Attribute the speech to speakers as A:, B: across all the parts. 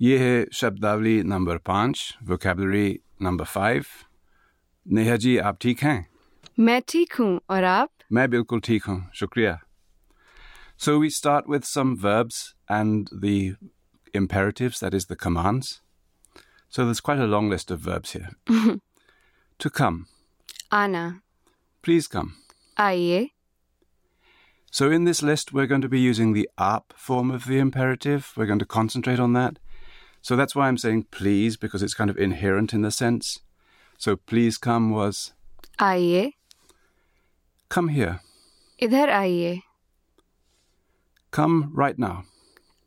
A: ये है शब्दावली नंबर पाँच vocabulary number five Neha ji आप ठीक हैं
B: मैं ठीक हूँ और आप
A: मैं बिल्कुल ठीक हूँ शुक्रिया So we start with some verbs and the imperatives, that is, the commands. So there's quite a long list of verbs here. to come,
B: आना
A: please come.
B: आइए
A: So in this list, we're going to be using the up form of the imperative. We're going to concentrate on that. So that's why I'm saying please, because it's kind of inherent in the sense. So please come was
B: आइए
A: come here,
B: इधर आइए
A: come right now.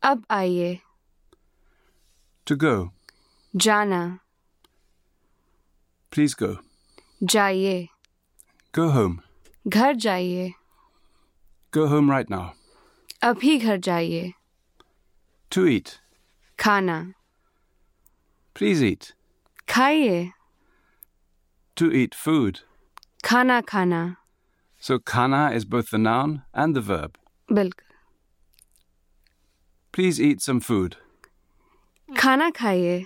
B: अब आइए
A: To go,
B: जाना
A: please go.
B: जाइए
A: Go home,
B: घर जाइए
A: go home right now.
B: अभी घर जाइए
A: To eat,
B: खाना
A: please eat.
B: खाइए
A: to eat food.
B: खाना खाना
A: So kana is both the noun and the verb.
B: बिल्कुल
A: Please eat some food.
B: खाना खाइए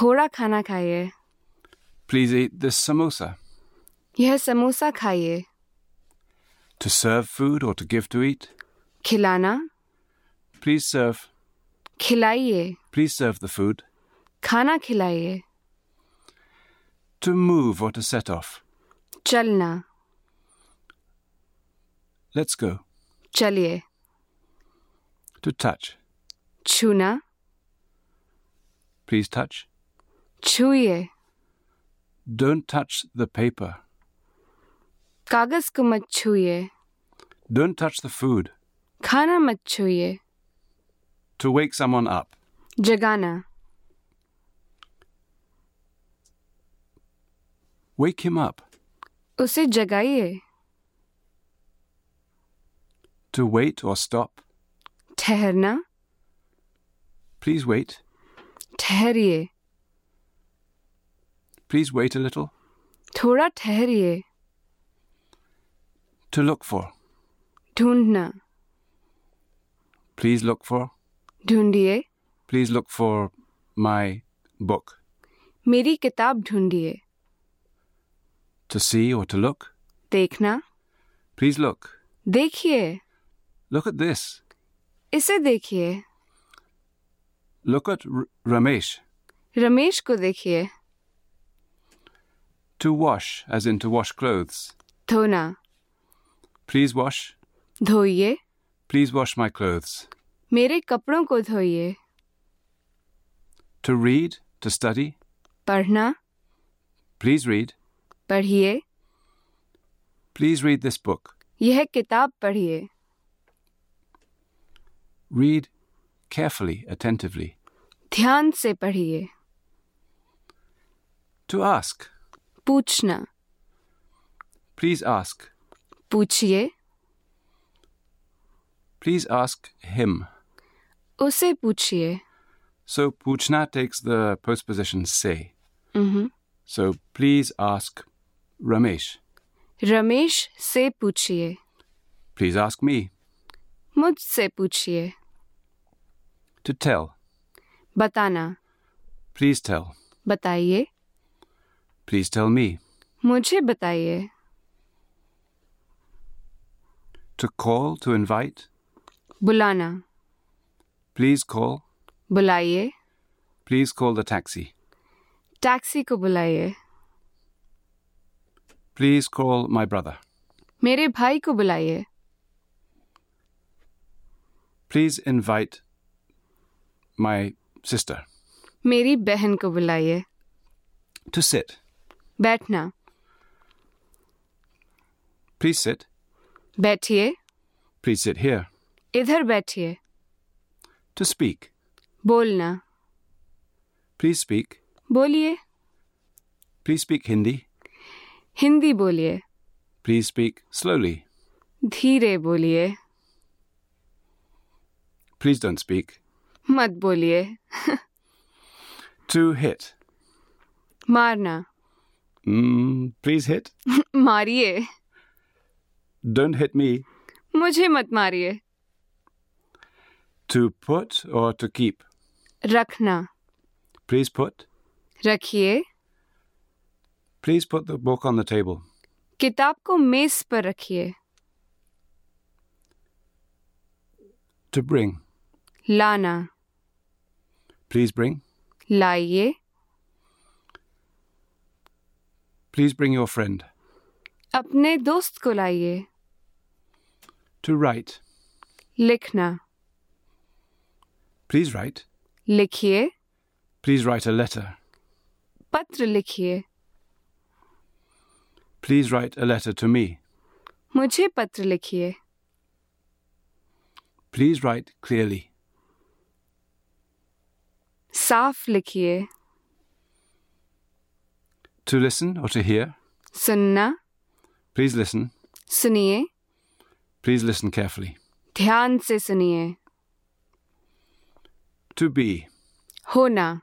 B: थोड़ा खाना खाइए
A: Please eat this samosa.
B: यह समोसा खाइए
A: To serve food or to give to eat.
B: खिलाना
A: Please serve.
B: खिलाइए
A: Please serve the food.
B: खाना खिलाइए
A: To move or to set off.
B: चलना
A: Let's go.
B: चलिए
A: To touch.
B: छूना
A: Please touch.
B: छूइए
A: Don't touch the paper.
B: कागज को मत छूइए
A: Don't touch the food.
B: खाना मत छूइए
A: To wake someone up.
B: जगाना
A: Wake him up.
B: उसे जगाइए
A: To wait or stop.
B: ठहरना
A: Please wait.
B: ठहरिए
A: Please wait a little.
B: थोड़ा ठहरिए
A: To look for.
B: ढूंढना
A: Please look for.
B: ढूंढिए
A: Please look for my book.
B: मेरी किताब ढूंढिए
A: To see or to look.
B: देखना
A: Please look.
B: देखिए
A: Look at this.
B: इसे देखिए
A: Look at R- Ramesh.
B: Ramesh को देखिए
A: To wash, as in to wash clothes.
B: धोना
A: Please wash.
B: धोइए
A: Please wash my clothes.
B: मेरे कपड़ों को धोइए
A: To read, to study.
B: पढ़ना
A: Please read.
B: पढ़िए
A: Please read this book.
B: यह किताब पढ़िए
A: Read carefully, attentively.
B: ध्यान से पढ़िए
A: To ask.
B: पूछना
A: Please ask.
B: पूछिए
A: Please ask him.
B: उसे पूछिए
A: So puchna takes the postposition se.
B: मम्हम।
A: So please ask Ramesh.
B: Ramesh से पूछिए
A: Please ask me.
B: मुझसे पूछिए
A: To tell.
B: बताना
A: Please tell.
B: बताइए
A: Please tell me.
B: मुझे बताइए
A: To call, to invite.
B: बुलाना
A: Please call.
B: बुलाइए
A: Please call the taxi.
B: Taxi को बुलाइए
A: Please call my brother.
B: मेरे भाई को बुलाइए
A: Please invite my sister.
B: मेरी बहन को बुलाइए
A: To sit.
B: बैठना
A: Please sit.
B: बैठिए
A: Please sit here.
B: इधर बैठिए
A: To speak.
B: बोलना
A: Please speak.
B: बोलिए
A: Please speak Hindi.
B: हिंदी बोलिए
A: Please speak slowly.
B: धीरे बोलिए
A: Please don't speak.
B: मत बोलिए
A: To hit.
B: मारना
A: Mm, please hit.
B: मारिए
A: Don't hit me.
B: मुझे मत मारिए
A: To put or to keep.
B: रखना
A: Please put.
B: रखिए
A: Please put the book on the table.
B: किताब को मेज पर रखिए
A: To bring.
B: लाना
A: Please bring.
B: लाइए
A: Please bring your friend.
B: अपने दोस्त को लाइए
A: To write.
B: लिखना
A: Please write.
B: लिखिए
A: Please write a letter.
B: पत्र लिखिए
A: Please write a letter to me.
B: मुझे पत्र लिखिए
A: Please write clearly.
B: साफ लिखिए
A: To listen or to hear.
B: सुनना
A: Please listen.
B: सुनिए
A: Please listen carefully.
B: ध्यान से सुनिए
A: To be.
B: होना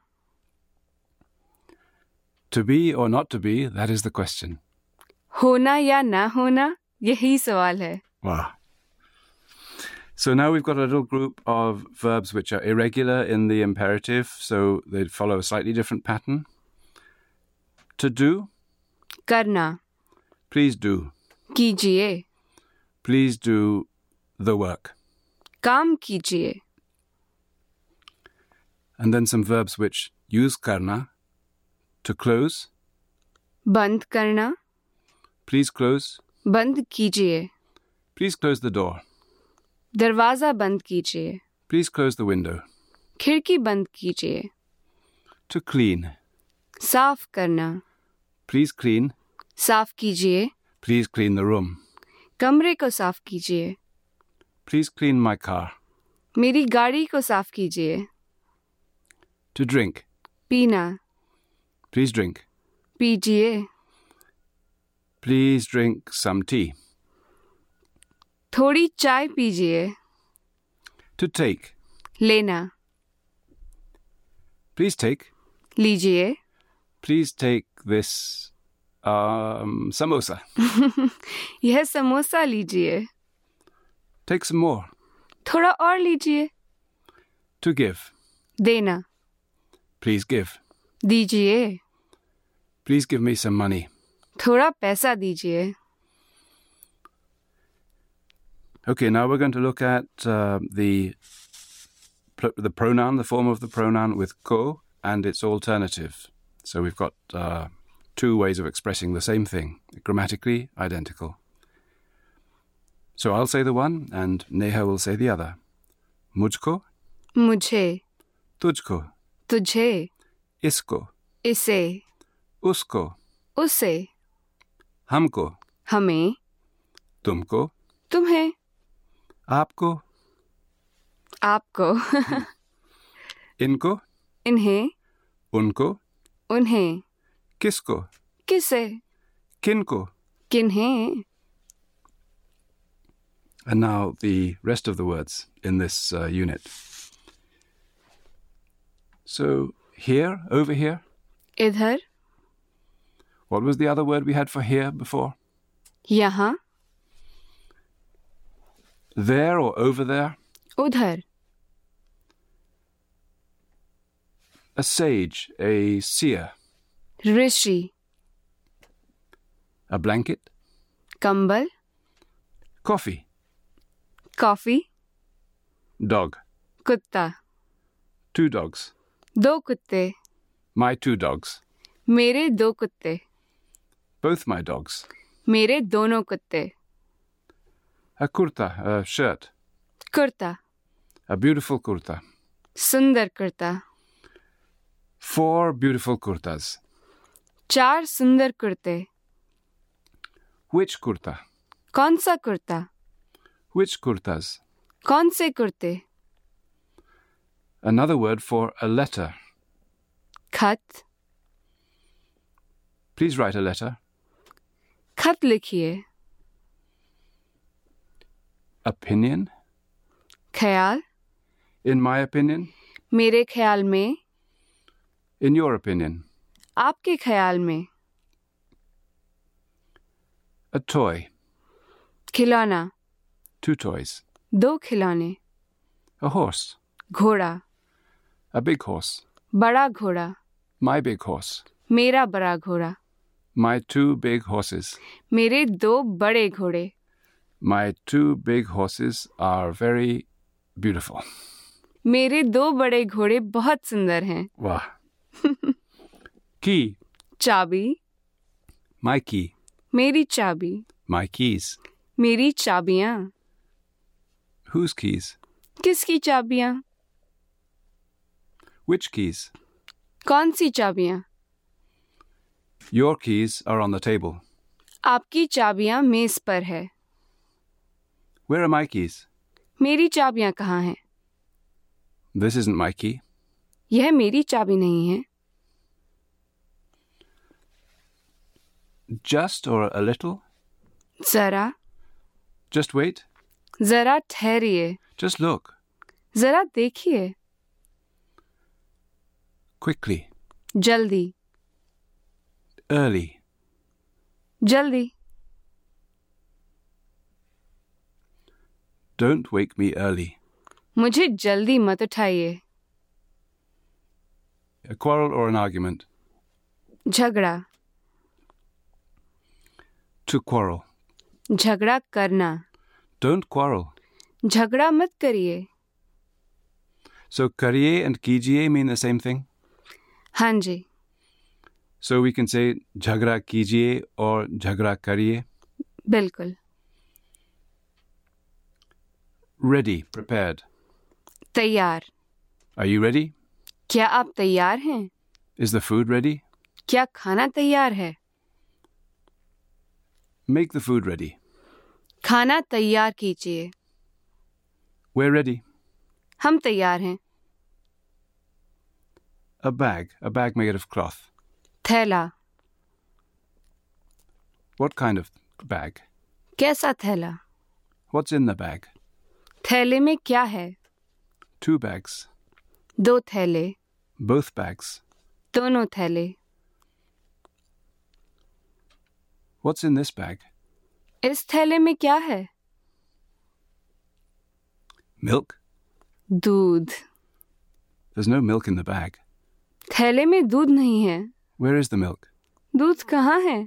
A: To be or not to be, that is the question.
B: होना या ना होना यही सवाल है
A: Wow. So now we've got a little group of verbs which are irregular in the imperative, so they follow a slightly different pattern. To do,
B: करना
A: please do.
B: कीजिए
A: Please do the work.
B: काम कीजिए
A: And then some verbs which use karna. To close,
B: बंद करना
A: please close.
B: बंद कीजिए
A: Please close the door.
B: दरवाज़ा बंद कीजिए
A: Please close the window.
B: खिड़की बंद कीजिए
A: To clean,
B: साफ करना
A: please clean.
B: साफ कीजिए
A: Please clean the room.
B: कमरे को साफ कीजिए
A: Please clean my car.
B: मेरी गाड़ी को साफ कीजिए
A: To drink,
B: पीना
A: please drink.
B: पीजिए
A: Please drink some tea.
B: थोड़ी चाय पीजिए
A: To take,
B: लेना
A: Please take,
B: लीजिए
A: please take this um, samosa.
B: यह समोसा लीजिए
A: Take some more.
B: थोड़ा और लीजिए
A: To give,
B: देना
A: please give.
B: दीजिए
A: Please give me some money.
B: थोड़ा पैसा दीजिए
A: Okay, now we're going to look at uh, the pl- the pronoun, the form of the pronoun with ko and its alternative. So we've got uh, two ways of expressing the same thing, grammatically identical. So I'll say the one, and Neha will say the other. Mujhko,
B: मुझे
A: tujhko,
B: तुझे
A: isko,
B: इसे
A: usko,
B: उसे
A: हमको
B: हमें
A: तुमको
B: तुम्हें
A: आपको
B: आपको
A: इनको
B: इन्हें
A: उनको
B: उन्हें
A: किसको
B: किसे
A: किनको
B: किन्हें
A: and now the rest of the words in this uh, unit so here over here
B: इधर
A: what was the other word we had for here before
B: यहाँ
A: there or over there
B: उधर
A: a sage a seer
B: ऋषि
A: a blanket
B: कंबल
A: coffee
B: coffee
A: dog
B: कुत्ता
A: two dogs
B: दो कुत्ते
A: my two dogs
B: मेरे दो कुत्ते
A: both my dogs
B: मेरे दोनों कुत्ते
A: a kurta a shirt
B: kurta
A: a beautiful kurta
B: सुंदर कुर्ता
A: four beautiful kurtas
B: चार सुंदर कुर्ते
A: which kurta
B: कौन सा कुर्ता
A: which kurtas
B: कौन से कुर्ते
A: another word for a letter.
B: खत
A: Please write a letter.
B: खत लिखिए
A: Opinion.
B: ख्याल
A: In my opinion.
B: मेरे ख्याल में
A: In your opinion.
B: आपके ख्याल में
A: A toy.
B: खिलौना
A: Two toys.
B: दो खिलौने
A: A horse.
B: घोड़ा
A: A big horse.
B: बड़ा घोड़ा
A: My big horse.
B: मेरा बड़ा घोड़ा
A: My two big horses.
B: मेरे दो बड़े घोड़े
A: My two big horses are very beautiful.
B: मेरे दो बड़े घोड़े बहुत सुंदर हैं
A: Wow. key.
B: चाबी
A: My key.
B: मेरी चाबी
A: My keys.
B: मेरी चाबियाँ
A: Whose keys?
B: किसकी चाबियाँ
A: Which keys?
B: कौन सी चाबियाँ
A: Your keys are on the table.
B: आपकी चाबियाँ मेज पर है
A: Where are my keys?
B: मेरी चाबियाँ कहाँ हैं
A: This isn't my key.
B: यह मेरी चाबी नहीं है
A: Just or a little?
B: जरा
A: Just wait.
B: जरा ठहरिए
A: Just look.
B: जरा देखिए
A: Quickly.
B: जल्दी
A: Early.
B: जल्दी
A: Don't wake me early.
B: मुझे जल्दी मत उठाइए
A: A quarrel or an argument?
B: झगड़ा
A: To quarrel.
B: झगड़ा करना
A: Don't quarrel.
B: झगड़ा मत करिए
A: So kariye and kijiye mean the same thing?
B: हाँ जी
A: So we can say jhagra kijiye or jhagra kariye.
B: बिल्कुल
A: Ready, prepared.
B: तैयार
A: Are you ready?
B: क्या आप तैयार हैं
A: Is the food ready?
B: क्या खाना तैयार है
A: Make the food ready.
B: खाना तैयार कीजिए
A: We're ready.
B: हम तैयार हैं
A: A bag, a bag made of cloth.
B: थैला
A: What kind of bag?
B: कैसा थैला
A: What's in the bag?
B: थैले में क्या है
A: Two bags.
B: दो थैले
A: Both bags.
B: दोनों थैले
A: What's in this bag?
B: इस थैले में क्या है
A: Milk?
B: दूध
A: There's no milk in the bag.
B: थैले में दूध नहीं है
A: Where is the milk?
B: दूध कहाँ है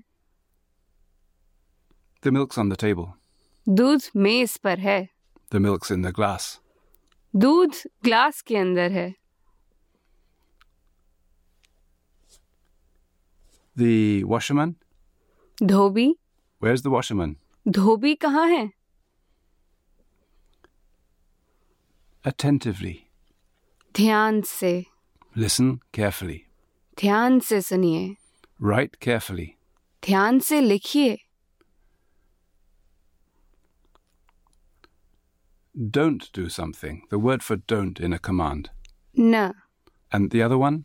A: The milk's on the table.
B: दूध मेज पर है
A: The milk's in the glass.
B: दूध ग्लास के अंदर है
A: The washerman?
B: Dhobi
A: Where's the washerman?
B: धोबी कहाँ है
A: Attentively.
B: ध्यान से
A: Listen carefully.
B: ध्यान से सुनिए
A: Write carefully.
B: ध्यान से लिखिए
A: Don't do something. The word for don't in a command.
B: न
A: And the other one?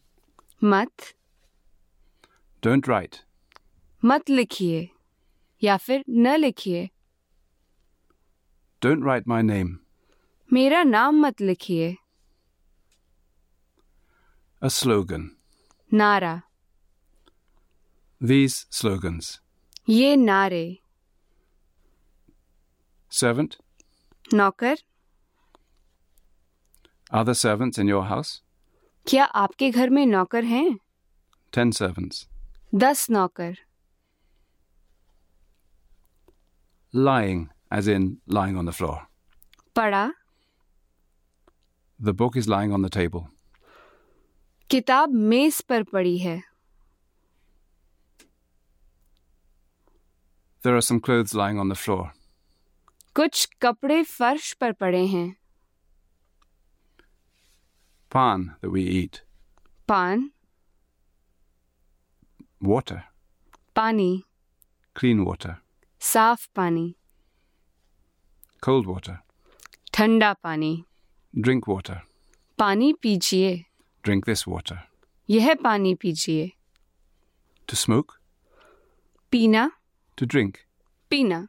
B: मत
A: Don't write.
B: मत लिखिए या फिर न लिखिए
A: Don't write my name.
B: मेरा नाम मत लिखिए
A: A slogan.
B: नारा
A: These slogans.
B: ये नारे
A: Servant?
B: नौकर
A: Are there servants in your house?
B: क्या आपके घर में नौकर हैं
A: Ten servants.
B: दस नौकर
A: Lying, as in lying on the floor.
B: पढ़ा
A: The book is lying on the table.
B: किताब मेज पर पड़ी है
A: There are some clothes lying on the floor.
B: कुछ कपड़े फर्श पर पड़े हैं
A: Pan that we eat.
B: पान
A: Water.
B: पानी
A: Clean water.
B: साफ पानी
A: Cold water.
B: ठंडा पानी
A: Drink water.
B: पानी पीजिए
A: Drink this water.
B: यह पानी पीजिए
A: To smoke.
B: पीना
A: To drink.
B: पीना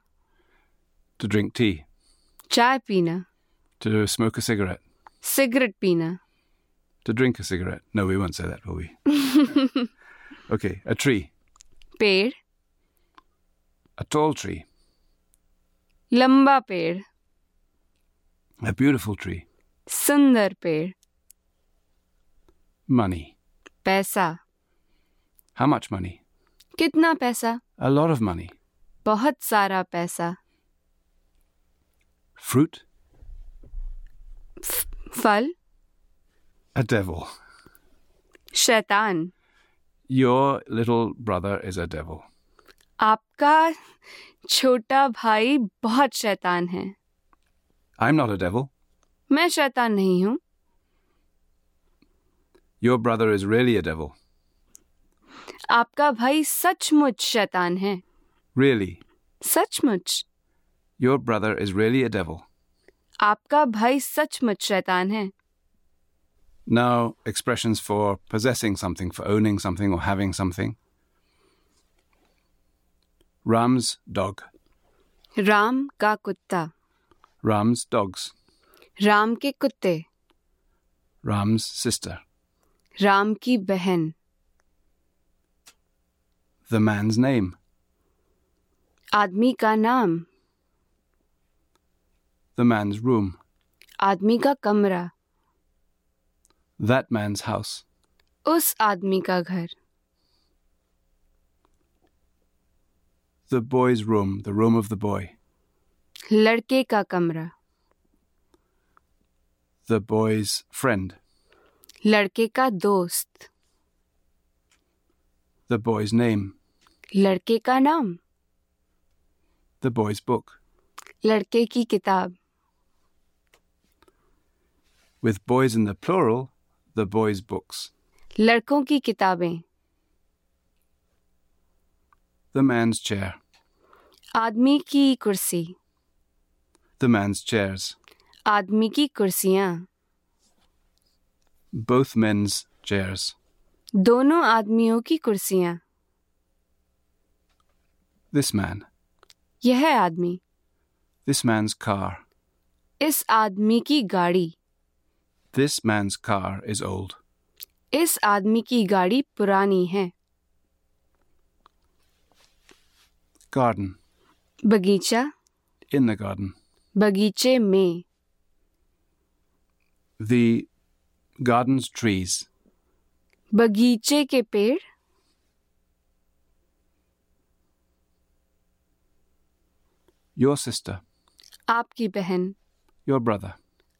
A: To drink tea.
B: चाय पीना
A: To smoke a cigarette.
B: Cigarette पीना
A: To drink a cigarette. No, we won't say that, will we? okay, a tree.
B: पेड़
A: A tall tree.
B: लंबा पेड़
A: A beautiful tree.
B: सुंदर पेड़
A: Money.
B: पैसा
A: How much money?
B: कितना पैसा
A: A lot of money.
B: बहुत सारा पैसा
A: Fruit?
B: फल
A: A devil.
B: शैतान
A: Your little brother is a devil.
B: आपका छोटा भाई बहुत शैतान है
A: I'm not a devil.
B: मैं शैतान नहीं हूँ
A: Your brother is really a devil.
B: आपका भाई सचमुच शैतान है
A: Really.
B: सचमुच
A: Your brother is really a devil.
B: आपका भाई सचमुच शैतान है
A: Now, expressions for possessing something, for owning something, or having something. Ram's dog.
B: Ram का कुत्ता
A: Ram's dogs.
B: राम के कुत्ते
A: Ram's sister.
B: राम की बहन
A: The man's name.
B: आदमी का नाम
A: The man's room.
B: आदमी का कमरा
A: That man's house.
B: उस आदमी का घर
A: The boy's room. The room of the boy.
B: लड़के का कमरा
A: The boy's friend.
B: लड़के का दोस्त
A: The boy's name.
B: लड़के का नाम
A: The boy's book.
B: लड़के की किताब
A: With boys in the plural, the boy's books.
B: लड़कों की किताबें
A: The man's chair.
B: आदमी की कुर्सी
A: The man's chairs.
B: आदमी की कुर्सियाँ
A: Both men's chairs.
B: दोनों आदमियों की कुर्सियाँ
A: This man.
B: यह आदमी
A: This man's car.
B: इस आदमी की गाड़ी
A: This man's car is old.
B: इस आदमी की गाड़ी पुरानी है
A: Garden.
B: बगीचा
A: In the garden.
B: बगीचे में
A: The garden's trees.
B: बगीचे के पेड़
A: Your sister.
B: आपकी बहन
A: Your brother.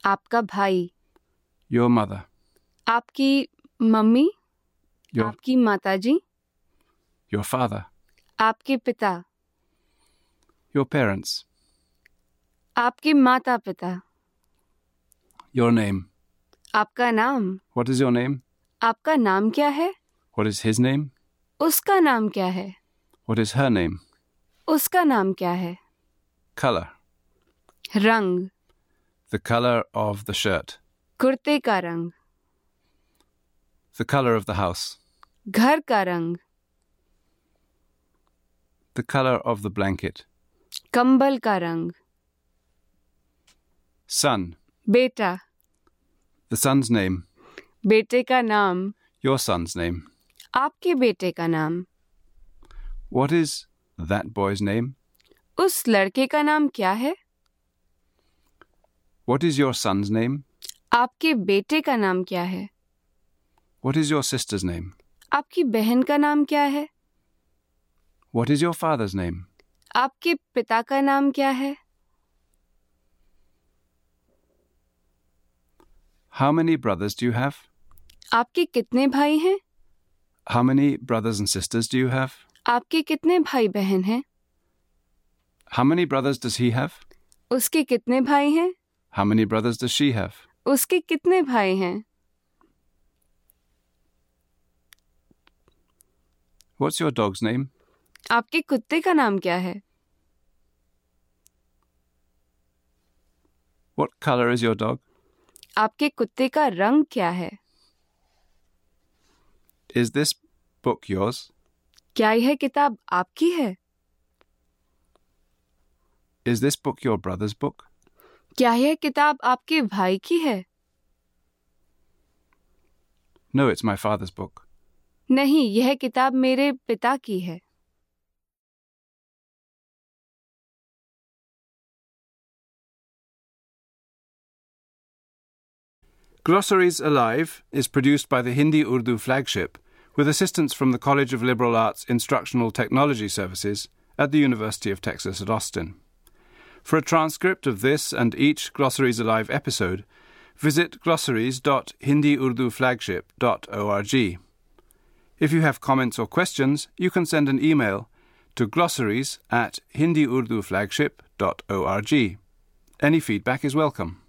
B: आपका भाई
A: Your mother.
B: आपकी मम्मी
A: Your,
B: आपकी माताजी
A: your father.
B: आपके पिता
A: Your parents.
B: आपके माता पिता
A: Your name.
B: आपका नाम
A: What is your name?
B: आपका नाम क्या है
A: What is his name?
B: उसका नाम क्या है
A: What is her name?
B: उसका नाम क्या है
A: Color.
B: रंग
A: The color of the shirt.
B: कुर्ते का रंग
A: The color of the house.
B: घर का रंग
A: The color of the blanket.
B: कंबल का रंग
A: Son.
B: बेटा
A: The son's name.
B: बेटे का नाम
A: Your son's name.
B: आपके बेटे का नाम
A: What is that boy's name?
B: उस लड़के का नाम क्या है
A: What is your son's name?
B: आपके बेटे का नाम क्या है
A: What is your sister's name?
B: आपकी बहन का नाम क्या है
A: What is your father's name?
B: आपके पिता का नाम क्या है
A: How many brothers do you have?
B: आपके कितने भाई हैं
A: How many brothers and sisters do you have?
B: आपके कितने भाई बहन हैं
A: How many brothers does he have?
B: उसके कितने भाई हैं
A: How many brothers does she have?
B: उसके कितने भाई हैं
A: What's your dog's name?
B: आपके कुत्ते का नाम क्या है
A: What color is your dog?
B: आपके कुत्ते का रंग क्या है
A: Is this book yours?
B: क्या यह किताब आपकी है
A: Is this book your brother's book?
B: क्या यह किताब आपके भाई की है
A: No, it's my father's book.
B: नहीं यह किताब मेरे पिता की है
A: Glossaries Alive is produced by the Hindi Urdu flagship with assistance from the College of Liberal Arts Instructional Technology Services at the University of Texas at Austin. For a transcript of this and each Glossaries Alive episode, visit glossaries.hindiurduflagship.org. If you have comments or questions, you can send an email to glossaries at hindiurduflagship.org. Any feedback is welcome.